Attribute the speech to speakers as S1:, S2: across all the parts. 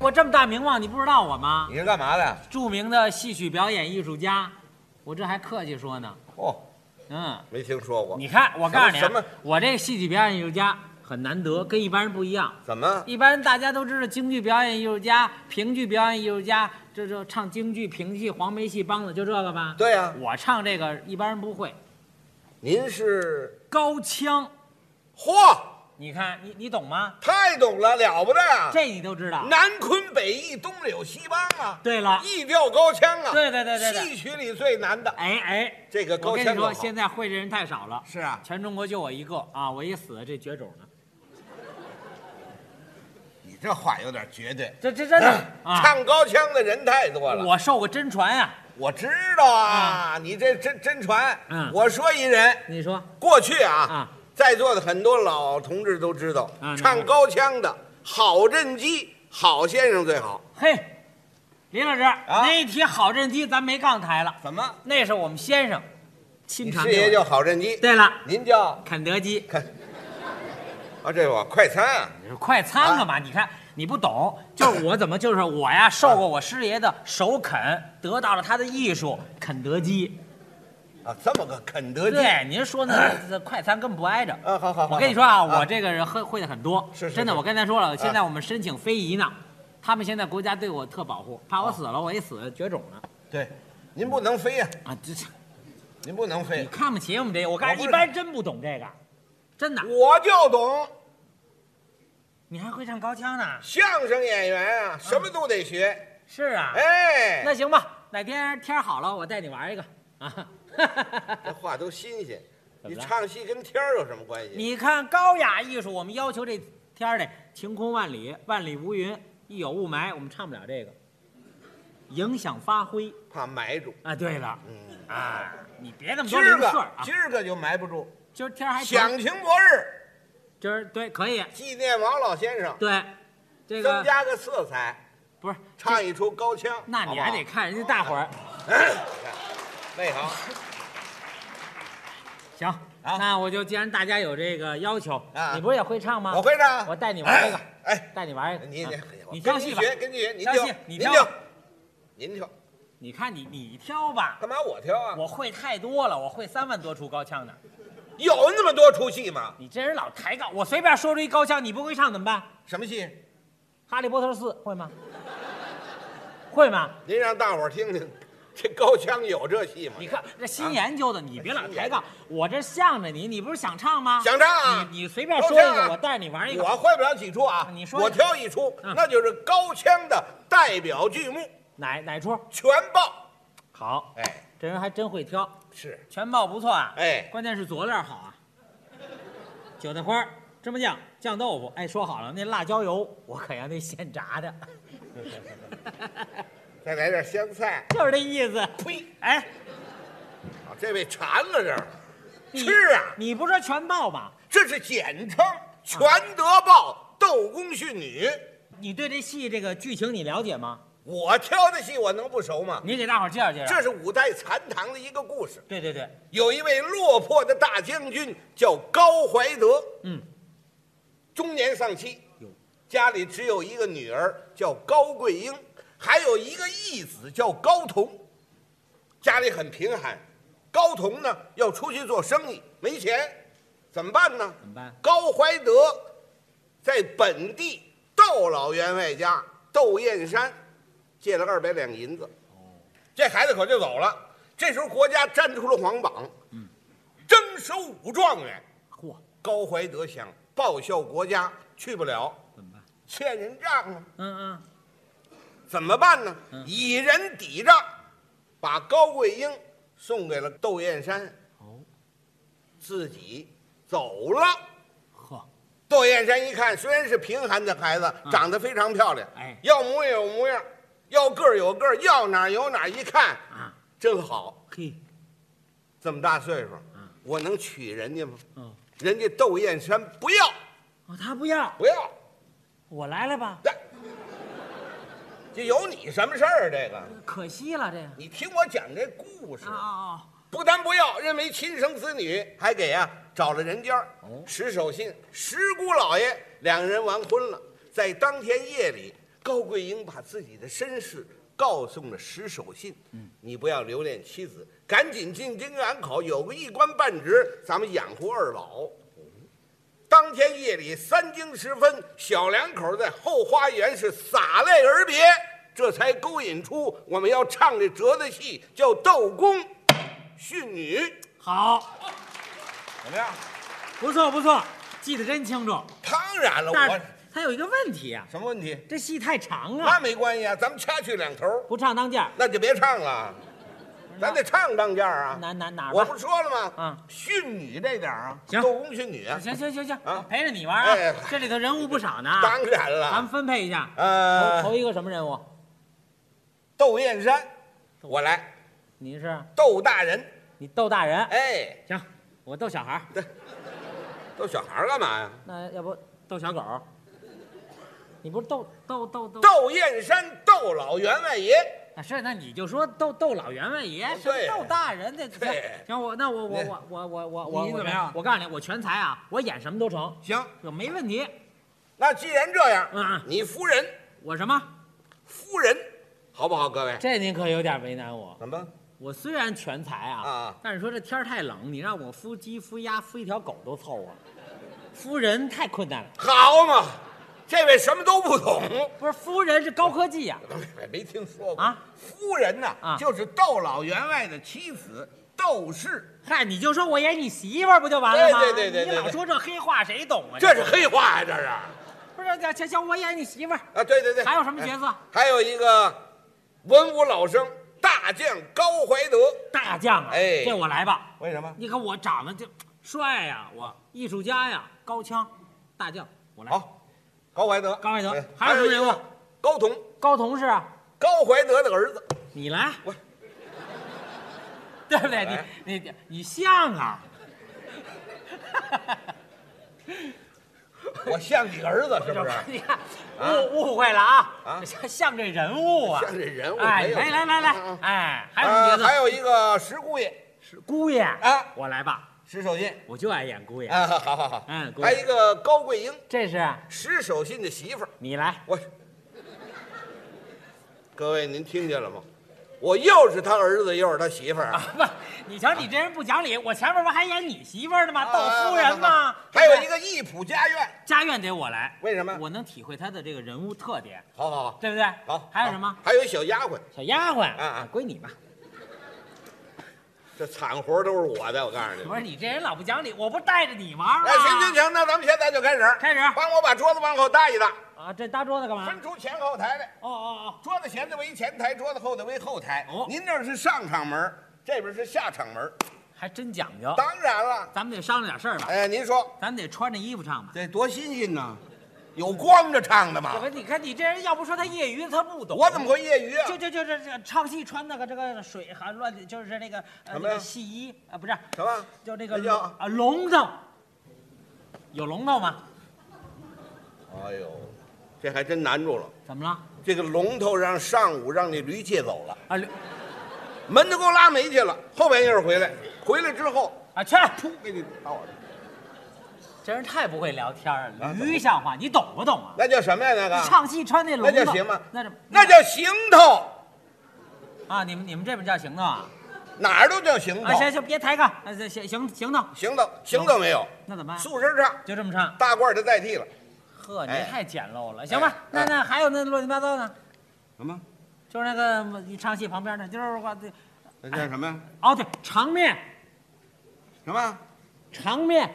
S1: 我这么大名望，你不知道我吗？
S2: 你是干嘛的呀？
S1: 著名的戏曲表演艺术家，我这还客气说呢。
S2: 哦，
S1: 嗯，
S2: 没听说过。
S1: 你看，我告诉你啊
S2: 什么，
S1: 我这戏曲表演艺术家很难得，跟一般人不一样。
S2: 怎么？
S1: 一般人大家都知道，京剧表演艺术家、评剧表演艺术家，这这唱京剧、评戏、黄梅戏、梆子，就这个吧。
S2: 对呀
S1: 我唱这个一般人不会，
S2: 您是？
S1: 高腔，
S2: 嚯，
S1: 你看你你懂吗？
S2: 太懂了，了不得呀！
S1: 这你都知道。
S2: 南昆北弋，东柳西梆啊，
S1: 对了
S2: 一调高腔啊，
S1: 对对对对对
S2: 戏曲里最难的。
S1: 哎哎，
S2: 这个
S1: 我
S2: 高
S1: 跟
S2: 腔
S1: 你
S2: 多
S1: 说，
S2: 好
S1: 现在会这人太少了，
S2: 是啊，
S1: 全中国就我一个啊！我一死，这绝种呢。
S2: 你这话有点绝对。
S1: 这这真 的啊！
S2: 唱高腔的人太多了，
S1: 我受过真传呀、
S2: 我知道啊，你这真真传。
S1: 嗯
S2: 我说一人，
S1: 你说
S2: 过去啊
S1: 啊，
S2: 在座的很多老同志都知道
S1: 啊，那
S2: 唱高腔的郝振基、郝先生最好。
S1: 嘿，林老师，那一提好振基，咱没杠抬了，
S2: 怎么？
S1: 那是我们先生亲
S2: 你
S1: 传
S2: 师
S1: 给我
S2: 爷
S1: 的。
S2: 叫郝振基，
S1: 对了，
S2: 您叫
S1: 肯德基，
S2: 看啊，这我快餐啊，
S1: 你说快餐干嘛？你看你不懂，就是我怎么就是我呀，受过我师爷的首肯，得到了他的艺术，肯德基。
S2: 啊，这么个肯德基。
S1: 对，您说那这快餐根本不挨着。
S2: 啊，好好好，
S1: 我跟你说啊，
S2: 好
S1: 我这个人喝会的很多，
S2: 是是
S1: 真的。
S2: 是啊
S1: 我刚才说了，现在我们申请非遗呢，他们现在国家对我特保护，怕
S2: 啊
S1: 我死了，我一死绝种了
S2: 对，您不能飞呀、
S1: 啊！这这
S2: 您不能
S1: 你
S2: 飞，
S1: 看不起我们这个，我告诉你，
S2: 我
S1: 一
S2: 不是
S1: 般真不懂这个，真的。
S2: 我就懂
S1: 你还会唱高腔呢？
S2: 相声演员啊，什么都得学。
S1: 是嗯啊，
S2: 哎，
S1: 那行吧，哪天天儿好了，我带你玩一个啊。
S2: 这话都新鲜。
S1: 怎
S2: 你
S1: 么了
S2: 唱戏跟天儿有什么关系？
S1: 你看高雅艺术，我们要求这天儿得晴空万里，万里无云，一有雾霾，我们唱不了这个，影响发挥
S2: 怕埋住，
S1: 啊。对了，
S2: 嗯
S1: 啊，你别那么
S2: 今
S1: 多
S2: 儿
S1: 零碎
S2: 个
S1: 儿啊
S2: 今，儿个就埋不住。
S1: 今儿天儿还晴，
S2: 响晴博日，
S1: 今儿对可以，
S2: 纪念王老先生，
S1: 对，这
S2: 增
S1: 个
S2: 加个色彩，
S1: 不是
S2: 唱
S1: 这
S2: 一出高腔。
S1: 那你还得看人家大伙儿。
S2: 好不 好你看内 行。
S1: 行，那我就既然大家有这个要求，
S2: 啊
S1: 你不是也会唱吗？
S2: 我会唱
S1: 我带你玩一个，
S2: 哎，
S1: 带你玩一个，
S2: 你
S1: 啊
S2: 你
S1: 你
S2: 跟
S1: 挑
S2: 您
S1: 戏吧，
S2: 学，跟您学，您
S1: 挑
S2: 挑
S1: 戏，你
S2: 您
S1: 挑
S2: 挑，您挑，
S1: 你看你你挑吧，
S2: 干嘛我挑啊？
S1: 我会太多了，我会三万多出高腔的，
S2: 有那么多出戏吗？
S1: 你这人老抬杠，我随便说出一高腔，你不会唱怎么办？
S2: 什么戏？
S1: 哈利波特四会吗？会吗？
S2: 您让大伙儿听 听，这高腔有这戏吗？
S1: 你看这
S2: 啊
S1: 新研究的，你别老抬杠，我这向着你，你不是想唱吗？
S2: 想唱啊
S1: 你你随便
S2: 高
S1: 说
S2: 腔
S1: 一
S2: 啊
S1: 个，我带着你玩一个。
S2: 我会不了几出啊，
S1: 你说
S2: 我挑一出，
S1: 嗯
S2: 那就是高腔的代表剧目《
S1: 哪哪出？
S2: 全报
S1: 好》。，
S2: 哎，
S1: 这人还真会挑。
S2: 是
S1: 全报不错啊，
S2: 哎
S1: 关键是佐料好啊，韭菜花儿、芝麻酱、酱豆腐，哎，说好了，那辣椒油我可要那现炸的，
S2: 再来点香菜。
S1: 就是这意思。
S2: 呸！
S1: 哎，
S2: 啊，这位馋了这儿，
S1: 你
S2: 吃啊，
S1: 你不说全报吗？
S2: 这是简称全德报窦公训女。
S1: 你对这戏这个剧情你了解吗？
S2: 我挑的戏我能不熟吗？
S1: 你给大伙儿介绍介绍。
S2: 这是五代残唐的一个故事。
S1: 对对对，
S2: 有一位落魄的大将军叫高怀德，
S1: 嗯，
S2: 中年丧妻
S1: 哟，
S2: 家里只有一个女儿叫高桂英，还有一个义子叫高同，家里很贫寒。高同呢要出去做生意，没钱，怎么办呢？
S1: 怎么办？
S2: 高怀德在本地窦老员外家窦燕山借了二百两银子，这孩子可就走了。这时候国家站出了皇榜，征收武状元。
S1: 嚯，
S2: 高怀德想报效国家，去不了，
S1: 怎么办？
S2: 欠人账啊，
S1: 嗯嗯，
S2: 怎么办呢？以人抵账，把高桂英送给了窦燕山，
S1: 哦，
S2: 自己走了。
S1: 呵，
S2: 窦燕山一看，虽然是贫寒的孩子，长得非常漂亮，
S1: 嗯哎
S2: 要模样有模样，要个儿有个儿，要哪儿有哪儿，一看
S1: 啊，
S2: 真好。
S1: 嘿，
S2: 这么大岁数，我能娶人家吗？
S1: 嗯，
S2: 人家窦燕山不要，
S1: 哦，他不要，
S2: 不要，
S1: 我来了吧？
S2: 这 这有你什么事儿？这个，
S1: 可惜了这个。
S2: 你听我讲这故事
S1: 啊，啊
S2: 不但不要，认为亲生子女，还给啊找了人家儿
S1: 哦
S2: 石守信、石姑老爷两人完婚了。在当天夜里，高桂英把自己的身世告诉了石守信，嗯，你不要留恋妻子，赶紧进京赶考，有个一官半职，咱们养活二老。当天夜里三更时分，小两口在后花园是洒泪而别，这才勾引出我们要唱的折子戏，叫《斗公训女》。
S1: 好，
S2: 怎么样？
S1: 不错不错，记得真清楚。
S2: 当然了，
S1: 但
S2: 我
S1: 是他有一个问题啊，
S2: 什么问题？
S1: 这戏太长
S2: 那
S1: 啊，
S2: 没关系啊，咱们掐去两头儿，
S1: 不唱当家。
S2: 那就别唱了，咱得唱当件儿啊。
S1: 哪哪哪儿吧
S2: 我不说了吗？
S1: 嗯，
S2: 训女这点儿啊，
S1: 行
S2: 斗公训女啊，
S1: 行行行行，
S2: 啊
S1: 我陪着你玩啊，
S2: 哎
S1: 这里头人物不少呢。
S2: 当然
S1: 咱们
S2: 了。
S1: 分配一下，头头
S2: 呃，
S1: 一个什么人物？
S2: 窦燕山，我来，
S1: 你是
S2: 窦大人，
S1: 你逗大人，
S2: 哎，
S1: 行，我逗小孩儿，
S2: 逗小孩儿干嘛呀？
S1: 那要不逗小狗儿？你不是逗逗逗逗？
S2: 窦燕山，窦老员外爷，
S1: 啊是，那你就说逗逗老员外爷，什么
S2: 对啊
S1: 逗大人的？行
S2: 对
S1: 行，我那我我
S2: 你
S1: 我我我我我
S2: 你
S1: 我
S2: 怎么样
S1: 我告诉你，我全才啊，我演什么都成，
S2: 行，
S1: 我没问题。
S2: 那既然这样，
S1: 嗯
S2: 你夫人，
S1: 我什么？
S2: 夫人，好不好？各位，
S1: 这您可有点为难我。
S2: 怎么？
S1: 我虽然全才啊，
S2: 啊
S1: 但是说这天儿太冷，你让我孵鸡、孵鸭、孵一条狗都凑 合，孵人太困难了。
S2: 好嘛，这位什么都不懂。
S1: 不是孵人是高科技啊呀、
S2: 没没听说过
S1: 啊？
S2: 夫人呐、
S1: 啊
S2: 就是窦老员外的妻子窦氏，
S1: 嗨，你就说我演你媳妇儿不就完了吗？
S2: 对对对对对
S1: 你老说这黑话谁懂啊？
S2: 这是黑话呀、这是啊，
S1: 不是行行行，我演你媳妇儿，
S2: 对对对。
S1: 还有什么角色？
S2: 还有一个文武老生大将高怀德，
S1: 大将啊，
S2: 哎
S1: 这我来吧。
S2: 为什么？
S1: 你看我长得就帅呀、我艺术家呀、高腔，大将我来。
S2: 好，哦高怀德，
S1: 高怀德
S2: 哎
S1: 还有什么人物
S2: 一个高彤，
S1: 高同志啊，
S2: 高怀德的儿子。
S1: 你来
S2: 我，
S1: 对不对？
S2: 来
S1: 你你你像啊，
S2: 我像你儿子 是不是？
S1: 你看误误会了啊，
S2: 啊
S1: 像像这人物啊，
S2: 像这人物
S1: 哎，
S2: 没有
S1: 来来来
S2: 啊
S1: 来哎，
S2: 啊，
S1: 还有什么
S2: 呃
S1: 角，色？
S2: 还有一个石姑爷，
S1: 是姑爷
S2: 啊
S1: 我来吧，
S2: 石守信
S1: 我就爱演姑爷。
S2: 啊，好好好，
S1: 嗯姑爷
S2: 还有一个高桂英，
S1: 这是
S2: 石守信的媳妇儿。
S1: 你来，
S2: 我，各位您听见了吗？我又是他儿子，又是他媳妇儿啊，
S1: 不，你瞧你这人不讲理，我前面不还演你媳妇儿呢吗？
S2: 啊
S1: 窦夫人吗？
S2: 还有一
S1: 个
S2: 个义普家院，
S1: 家院得我来，
S2: 为什么
S1: 我能体会他的这个人物特点，
S2: 好好好，
S1: 对不对？
S2: 好，
S1: 还有什么
S2: 好？？还有一小丫鬟，
S1: 小丫鬟
S2: 啊啊
S1: 归你吧。
S2: 这惨活都是我的，我告诉你
S1: 不
S2: 们。
S1: 是你这人老不讲理，我不带着你玩儿吗？啊
S2: 哎，行行行，那咱们现在就开始，
S1: 开始
S2: 帮我把桌子往后搭一搭，
S1: 啊，这搭桌子干嘛？
S2: 分出前后台来。
S1: 哦哦
S2: 桌子前头为前台，桌子后头为后台。
S1: 哦
S2: 您这是上场门，这边是下场门。
S1: 哦，还真讲究。
S2: 当然了，
S1: 咱们得商量点事儿吧，
S2: 哎，您说
S1: 咱们得穿着衣服唱吧。
S2: 这多新鲜呐，有光着唱的
S1: 要
S2: 吗
S1: 不？你看你这人，要不说他业余，他不懂。
S2: 啊我怎么会业余啊？
S1: 就就就这这唱戏穿那个这个水还乱，就是那个呃
S2: 什
S1: 那
S2: 么呀哎
S1: 个戏衣啊，不是
S2: 什么？
S1: 就那个
S2: 那叫
S1: 啊龙头，有龙头吗？
S2: 哎呦，这还真难住了。
S1: 怎么了？
S2: 这个龙头让上午让那驴借走了，
S1: 啊刘
S2: 门都给我拉没去了。后半夜儿回来，回来之后，
S1: 啊去！
S2: 噗，给你倒了。
S1: 这人太不会聊天儿
S2: 啊
S1: 了，驴像话，你懂不懂啊？
S2: 那叫什么呀？那个
S1: 唱戏穿那龙
S2: 那
S1: 头，
S2: 叫行吗？
S1: 那这
S2: 那叫行头，
S1: 啊，你们你们这边叫行头啊？
S2: 哪儿都叫行头
S1: 啊，。行行，别抬杠，啊行行行行头，
S2: 行头，行头没有，
S1: 那怎么办？啊
S2: 素身唱。
S1: 就这么唱？
S2: 大褂儿就代替了。
S1: 呵，你
S2: 哎
S1: 太简陋了。行吧
S2: 哎，
S1: 那
S2: 哎
S1: 那还有那乱七八糟的，
S2: 什么？
S1: 就是那个你唱戏旁边的，就是我这
S2: 那叫什么呀？
S1: 哦对，长面
S2: 什么？
S1: 长面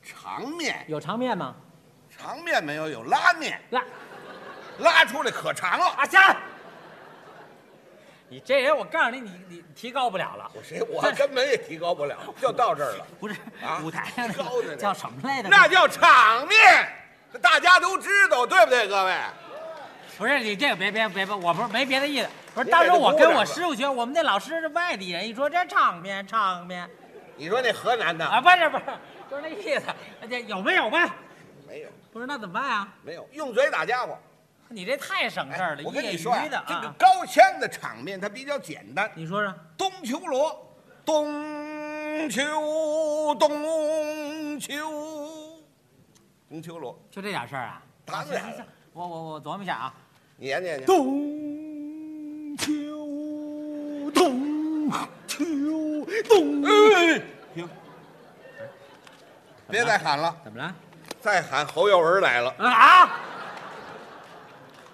S2: 长面？
S1: 有长面吗？
S2: 长面没有，有拉面，
S1: 来
S2: 拉出来可长了。
S1: 啊，下来。你这人，我告诉你，你你提高不了了。
S2: 我谁？我根本也提高不了，就到这儿 了。
S1: 不是
S2: 啊
S1: 舞台上那
S2: 高的
S1: 个
S2: 那
S1: 叫什么来着？
S2: 那叫场面，这大家都知道，对不对，各位？
S1: 不是你这个别别别别，我不是没别的意思。不是，
S2: 你给
S1: 当时
S2: 他
S1: 我
S2: 鼓
S1: 跟
S2: 掌
S1: 我
S2: 吧
S1: 师傅学，我们那老师是外地人，一说这场面场面
S2: 你说那河南的
S1: 啊，不是不是，就是那意思。这有没有吧？
S2: 没有，
S1: 不是那怎么办啊？
S2: 没有，用嘴打家伙。
S1: 你这太省事儿了，
S2: 我跟
S1: 业
S2: 你
S1: 余
S2: 说啊
S1: 的
S2: 这个
S1: 啊。
S2: 高腔的场面它比较简单。
S1: 你说说，
S2: 东球罗，东球，东球，东球罗。
S1: 就这点事儿啊？
S2: 当然了
S1: 行行行我我我琢磨一下啊。
S2: 你研究研究。
S1: 冬秋冬秋冬，
S2: 哎，停！别再喊了，
S1: 怎么了？
S2: 再喊侯耀文来了，
S1: 啊！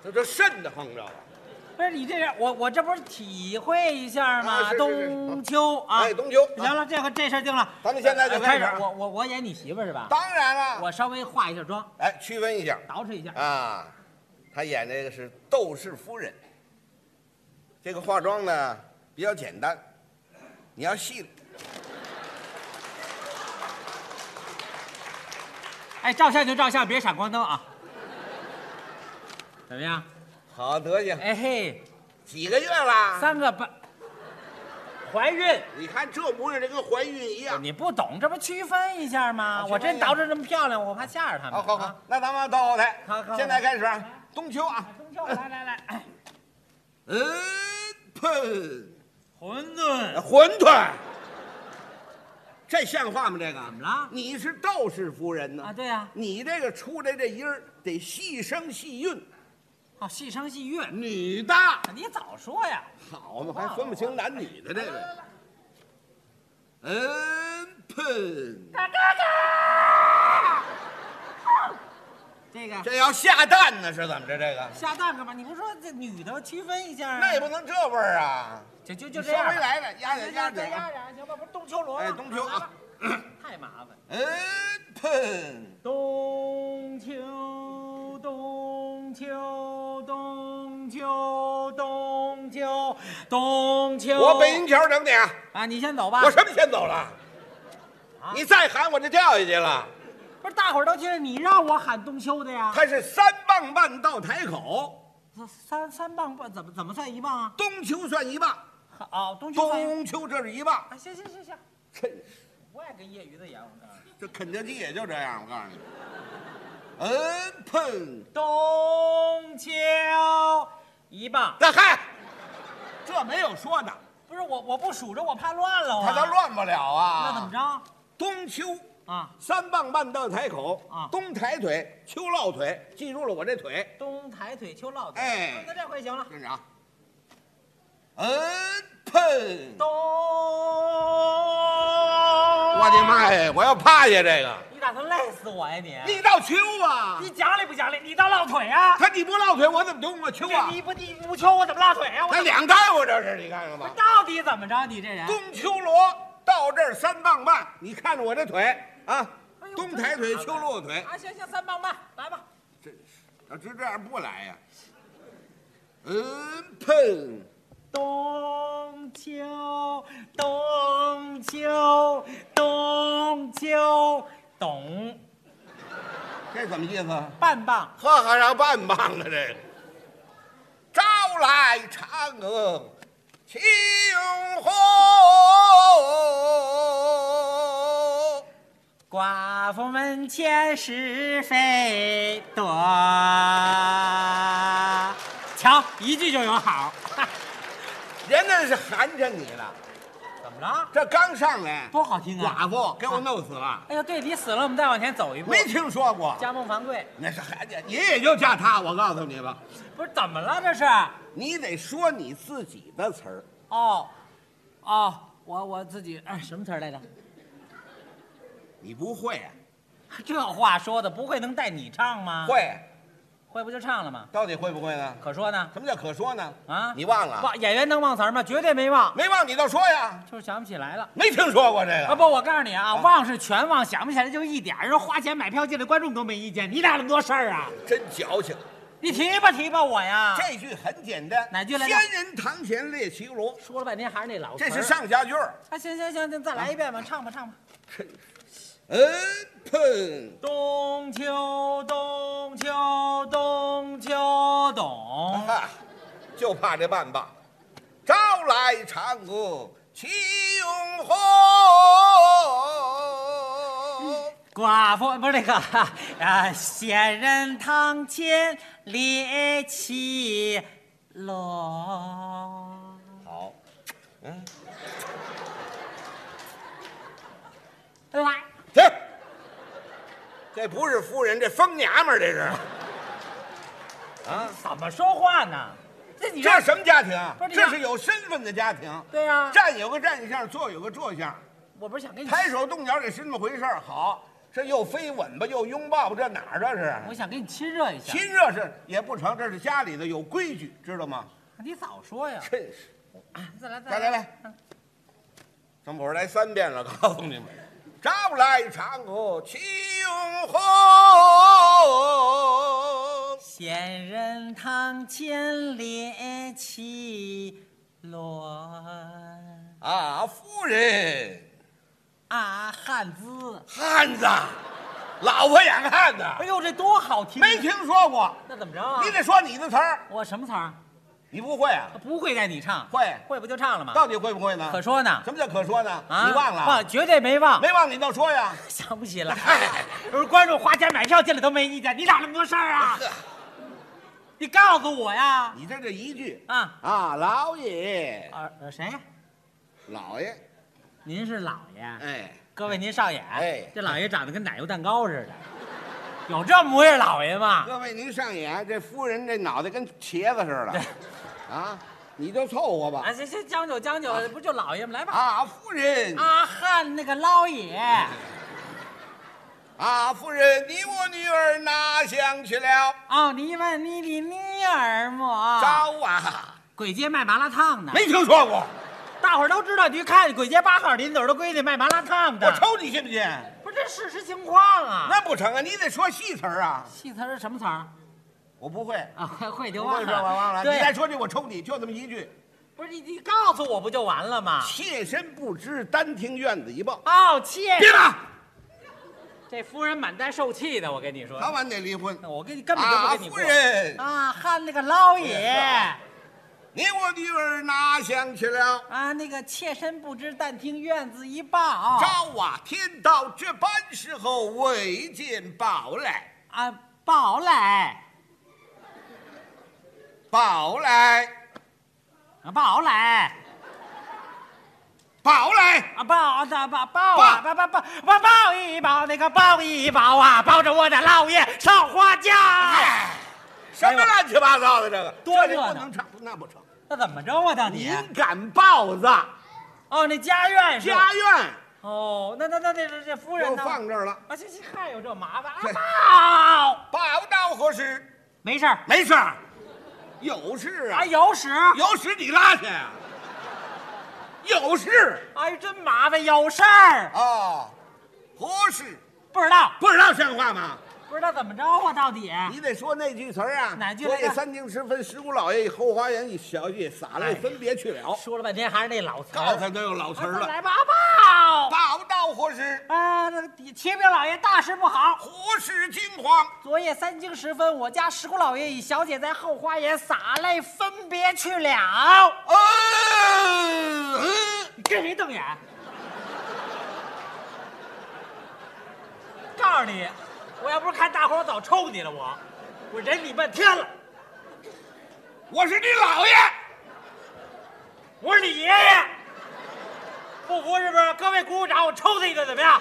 S2: 这这瘆得慌，你知道吧？
S1: 不是你这样，我我这不是体会一下
S2: 啊
S1: 吗？
S2: 是是是
S1: 冬秋啊，
S2: 哎，冬秋，
S1: 行了，这个这事儿定了。
S2: 咱们现在就
S1: 呃开
S2: 开始啊
S1: 我我我演你媳妇儿是吧？
S2: 当然了，
S1: 我稍微化一下妆，
S2: 哎，区分一下
S1: 捯饬一下。
S2: 啊，他演这个是窦氏夫人，这个化妆呢比较简单，你要细
S1: 哎，照相就照相，别闪光灯啊。怎么样？
S2: 好德行，
S1: 哎嘿，
S2: 几个月啦？
S1: 三个半，怀孕。
S2: 你看这模样，这跟怀孕一样。
S1: 哦你不懂，这不区分一下吗？
S2: 啊
S1: 我这
S2: 区分一下
S1: 捯饬这么漂亮，我怕吓着他们。
S2: 好好
S1: 啊
S2: 好，，那咱们到后台
S1: 好好，好
S2: 现在开始啊，冬秋啊，
S1: 中秋来来来，哎
S2: 嗯，喷
S1: 馄饨
S2: 馄饨，这像话吗？这个
S1: 怎么了
S2: 你是窦氏夫人呢
S1: 啊？对呀，
S2: 你这个出来这音儿得细声细韵，
S1: 哦，戏声戏韵，
S2: 女的
S1: 你早说呀！
S2: 好嘛，还分不清男女的这个。嗯，喷，
S1: 嘎嘎嘎！这个
S2: 这要下蛋呢是怎么着？这个
S1: 下蛋干嘛？你不说这女的区分一下啊？
S2: 那也不能这味儿啊，
S1: 就就就
S2: 稍
S1: 这样吧
S2: 微。来了，压点压
S1: 就
S2: 点
S1: 这。样啊行吧？不是冬秋罗吗？
S2: 哎冬秋啊
S1: 来 吧，太麻烦。
S2: 嗯，喷，
S1: 冬秋，冬秋，冬秋，冬秋，冬秋。
S2: 我北银桥等你啊，
S1: 啊，你先走吧。
S2: 我什么先走了？
S1: 啊
S2: 你再喊我就掉下去了。
S1: 不是大伙儿都听着你让我喊冬秋的呀？
S2: 他是三磅半到台口，
S1: 三三磅不怎么怎么算一磅啊？
S2: 冬秋算一磅，
S1: 哦，冬秋算一
S2: 冬秋这是一磅。
S1: 啊，行行行行，
S2: 真是，
S1: 我也跟业余的一样，我告诉你。
S2: 这肯德基也就这样，我告诉你。嗯，喷，
S1: 冬秋一磅，
S2: 那嗨，这没有说的，
S1: 不是我我不数着，我怕乱了我。
S2: 他他乱不了
S1: 哦
S2: 啊。
S1: 那怎么？着
S2: 冬秋
S1: 啊？
S2: 三磅半到台口
S1: 啊
S2: 冬抬腿，秋落腿，记住了我这腿。
S1: 冬抬腿，秋落腿。
S2: 哎
S1: 那这回行了。
S2: 跟着啊。嗯，喷，
S1: 冬，
S2: 我
S1: 我
S2: 的！妈呀，我要趴下这个。
S1: 你打算累死我呀你？
S2: 你倒秋啊
S1: 你！讲理不讲理？你当落腿啊？
S2: 他你不落腿，我怎么懂我秋啊
S1: 你？你不你不秋，我怎么落腿啊？我
S2: 他两单我这是，你看看吧。
S1: 到底怎么着？你这人
S2: 冬秋罗到这儿三磅半，你看着我这腿啊
S1: 哎，呦
S2: 冬抬腿，
S1: 真麻烦
S2: 秋落腿，
S1: 啊，行行，三棒半，来吧。
S2: 真是要是这样不来呀。嗯，碰，
S1: 冬秋，冬秋，冬秋，懂
S2: 这怎么意思？
S1: 半棒。
S2: 呵，还让半磅呢这个。朝来嫦娥庆红。
S1: 寡妇门前是非多，瞧一句就有好。
S2: 人家是寒碜你了，
S1: 怎么了？
S2: 这刚上来，
S1: 多好听啊！
S2: 寡妇给我弄死了，
S1: 哎呦，对你死了，我们再往前走一步。
S2: 没听说过。
S1: 家梦房贵，
S2: 那是寒碜，你也就嫁他。我告诉你吧，
S1: 不是怎么了？这是？
S2: 你得说你自己的词儿。
S1: 哦，哦，我我自己哎，什么词儿来着？
S2: 你不会啊？
S1: 这话说的不会能带你唱吗？
S2: 会，
S1: 会不就唱了吗？
S2: 到底会不会呢？
S1: 可说呢
S2: 什么叫可说呢？
S1: 啊！
S2: 你忘了？
S1: 忘演员能忘词儿吗？绝对没忘，
S2: 没忘你倒说呀，
S1: 就是想不起来了。
S2: 没听说过这
S1: 啊
S2: 个。
S1: 不，我告诉你啊，忘是全忘，想不起来就一点儿。人花钱买票进来，观众都没意见，你哪那么多事儿啊？
S2: 真矫情。
S1: 你提拔提拔我呀！
S2: 这句很简单，
S1: 啊哪句来着
S2: 仙人堂前列绮罗，
S1: 说了半天还是那老词
S2: 这
S1: 儿
S2: 是。上下句儿。
S1: 啊，行行行，行再来一遍吧，唱吧唱吧。
S2: 嗯，碰。
S1: 冬秋，冬秋，冬秋，懂。
S2: 啊，就怕这半把。招来嫦娥起永
S1: 嗯
S2: 红，
S1: 寡妇不是那个啊，仙人堂前列绮罗。
S2: 好，
S1: 来，
S2: 停！这不是夫人，这疯娘们儿，这是。啊，
S1: 怎么说话呢？这你
S2: 这
S1: 让
S2: 是什么家庭啊
S1: 不是？你
S2: 这
S1: 让
S2: 是有身份的家庭，
S1: 对呀、
S2: 站有个站相，坐有个坐相，
S1: 我不是想跟你
S2: 抬手动脚得是那么回事儿。好，这又飞吻吧，又拥抱吧，这哪儿这
S1: 我
S2: 是？
S1: 想跟你亲热一下。
S2: 亲热是也不成，这是家里的有规矩，知道吗？
S1: 你早说呀！
S2: 真是，
S1: 啊再来
S2: 来来来，张博士来三遍了，告诉你们，朝来长河秋红。
S1: 闲人堂前列起乱
S2: 啊，夫人，
S1: 啊，汉字。
S2: 汉子，老婆养汉子，
S1: 哎呦，这多好听！
S2: 没听说过。
S1: 那怎么着啊？
S2: 你得说你的词儿，
S1: 我什么词儿？啊
S2: 你不会啊？
S1: 不会带你唱，
S2: 会，
S1: 会不就唱了吗？
S2: 到底会不会呢？
S1: 可说呢
S2: 什么叫可说呢？
S1: 啊！
S2: 你忘了？
S1: 忘，绝对没忘。
S2: 没忘你倒说呀？
S1: 想不起来。 有观众花钱买票进来都没意见，你哪那么多事儿啊？你告诉我呀！
S2: 你这这一句
S1: 啊，
S2: 啊，老爷，
S1: 呃呃，谁呀？
S2: 老爷，
S1: 您是老爷。
S2: 哎，
S1: 各位您上眼，
S2: 哎
S1: 这老爷长得跟奶油蛋糕似的，有这模样老爷吗？
S2: 各位您上眼，这夫人这脑袋跟茄子似 的，啊，你就凑合吧
S1: 啊，。行行，将就将就，不就老爷吗？来吧，
S2: 啊，夫人，
S1: 阿汉那个老爷，
S2: 啊，夫人，你我女儿哪想去了？
S1: 哦，你问你的女儿么？
S2: 招啊，
S1: 鬼街卖麻辣烫呢，
S2: 没听说过，
S1: 大伙儿都知道，你去看鬼街八号临走的闺女卖麻辣烫的，
S2: 我抽你信不信？
S1: 不是这事实情况啊。
S2: 那不成啊，你得说戏词儿啊。
S1: 戏词儿是什么词儿
S2: 我不会，
S1: 啊？ 会会就
S2: 不
S1: 忘
S2: 会
S1: 了，
S2: 说我忘了。你
S1: 对，
S2: 再说这我抽你，就这么一句。
S1: 不是你你告诉我不就完了吗？
S2: 妾身不知，单听院子一报。
S1: 哦，切，
S2: 别打，
S1: 这夫人满带受气的，我跟你说，
S2: 早晚得离婚。
S1: 我跟你根本就不
S2: 啊，
S1: 跟你
S2: 夫
S1: 过。
S2: 人，
S1: 啊，汉那个老
S2: 夫
S1: 爷
S2: 人你我女儿哪想去了？
S1: 啊，那个妾身不知，但听院子一报
S2: 朝啊，天到这般时候，未见宝来，
S1: 啊，报来
S2: 宝来，
S1: 啊，报来
S2: 宝来，
S1: 啊，报的报报啊，报报报报报一报那个报一报啊，抱着我的老爷上花轿。
S2: 哎，什么乱七八糟的这个？
S1: 多
S2: 这
S1: 热闹
S2: 不能唱，那不成。
S1: 那怎么着啊？到底
S2: 敏感豹子，
S1: 哦，那家院是吧
S2: 家院
S1: 哦，那那那那这这夫人
S2: 就
S1: 呢？
S2: 放这儿了，
S1: 啊，这这还有这麻烦
S2: 这
S1: 啊！报
S2: 宝到何时？
S1: 没事儿
S2: 没事儿，有事啊
S1: 啊，，有屎。
S2: 有屎你拉去啊，有事
S1: 哎，真麻烦，有事儿
S2: 哦，何事？
S1: 不知道，
S2: 不知道像话吗？
S1: 不知道怎么着啊？到底
S2: 你得说那句词儿啊，
S1: 哪句
S2: 所
S1: 来着
S2: 以三更时分，石鼓老爷与后花园与小姐洒泪分别去了。
S1: 说了半天还是那老词
S2: 刚
S1: 儿。
S2: 才都有老词儿
S1: 啊
S2: 了，
S1: 来吧，啊报
S2: 宝到何时？
S1: 啊，那个启禀老爷，大事不好！
S2: 何事惊慌？
S1: 昨夜三更时分，我家石鼓老爷与小姐在后花园洒泪分别去了。
S2: 啊！嗯
S1: 你跟谁瞪眼？告诉你，我要不是看大伙儿，我早抽你了。我，我忍你半天了。
S2: 我是你姥爷，
S1: 我是你爷爷，不服是不是？各位鼓鼓掌，我抽他一顿怎么样？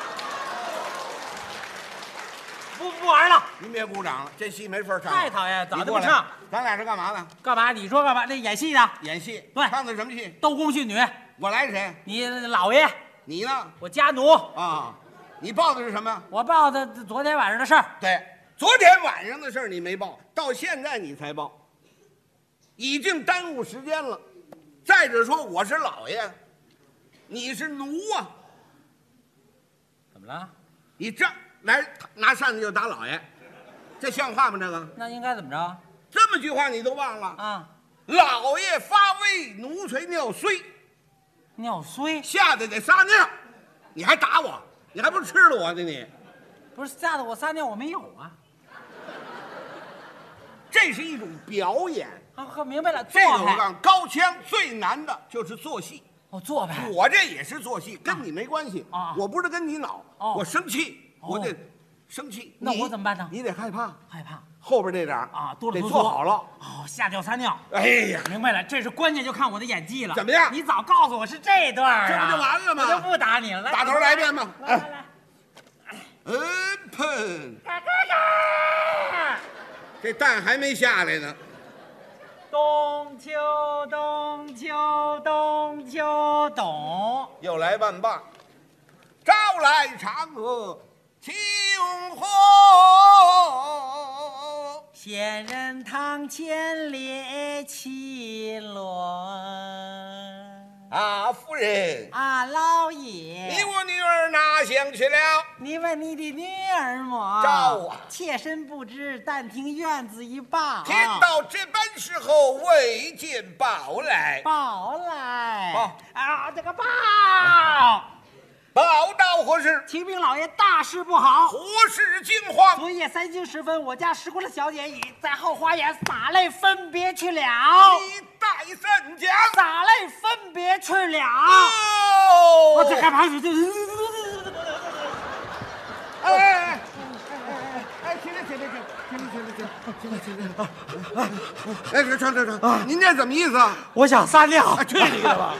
S1: 不不玩了，
S2: 您别鼓掌了，这戏没法唱了。
S1: 太讨厌了早
S2: 你
S1: 就不
S2: 过来
S1: 唱。
S2: 咱俩是干嘛呢？
S1: 干嘛？你说干嘛？那演戏的
S2: 演戏。
S1: 对
S2: 唱的什么戏？
S1: 都宫训女，
S2: 我来谁？
S1: 你姥爷，
S2: 你呢？
S1: 我家奴，
S2: 啊，你报的是什么？
S1: 我报的昨天晚上的事儿。
S2: 对，昨天晚上的事儿你没报，到现在你才报，已经耽误时间了。再者说，我是老爷，你是奴啊，
S1: 怎么了？
S2: 你这来拿扇子就打老爷，这像话吗？这个
S1: 那应该怎么着
S2: 这么句话你都忘了？
S1: 啊？
S2: 老爷发威，奴才尿碎，
S1: 尿衰
S2: 吓得得撒尿，你还打我，你还不是吃了我呢你？
S1: 不是吓得我撒尿，我没有啊。
S2: 这是一种表演，
S1: 啊，呵，明白了，
S2: 这
S1: 做
S2: 个我
S1: 派，
S2: 告诉你，高腔最难的就是做戏。
S1: 哦，做派，
S2: 我这也是做戏，跟你没关系
S1: 啊
S2: 我不是跟你恼，
S1: 哦
S2: 我生气，
S1: 哦
S2: 我得生气。
S1: 那
S2: 你
S1: 我怎么办呢
S2: 你得害怕，
S1: 害怕
S2: 后边这点儿
S1: 啊，哆
S2: 得
S1: 里哆嗦
S2: 做好了。
S1: 哦，吓尿撒尿。
S2: 哎呀，
S1: 明白了，这是关键，就看我的演技了。
S2: 怎么样
S1: 你早告诉我是这段儿啊，
S2: 这不就完了吗
S1: 我就不打你了，来
S2: 打头来一遍吧哎
S1: 来来来，
S2: 嗯，喷，
S1: 嘎嘎嘎！
S2: 这蛋还没下来呢。
S1: 冬秋冬秋冬秋冬，
S2: 又来万霸，朝来长河清红。
S1: 仙人堂前列绮罗。
S2: 啊，夫人，
S1: 啊，老
S2: 你
S1: 爷，
S2: 我女儿哪想去了？
S1: 你问你的女儿么？
S2: 赵啊
S1: 妾身不知，但听院子一报。
S2: 听到这般时候，未见宝来，
S1: 报来。
S2: 报
S1: 啊，这个报！
S2: 宝到何时？
S1: 启禀老爷，大事不好！
S2: 何事惊 慌？
S1: 昨夜三更时分，我家失孤的小姐已在后花园洒泪分别去 了，
S2: 你待怎讲？
S1: 洒泪分别去 了。
S2: 哦，
S1: 我这害怕，这这
S2: 哎哎
S1: 哎，停停停停停停停停停停停停！
S2: 哎，哎，成成成，您这怎么意思啊？
S1: 我想撒尿。
S2: 去你的吧！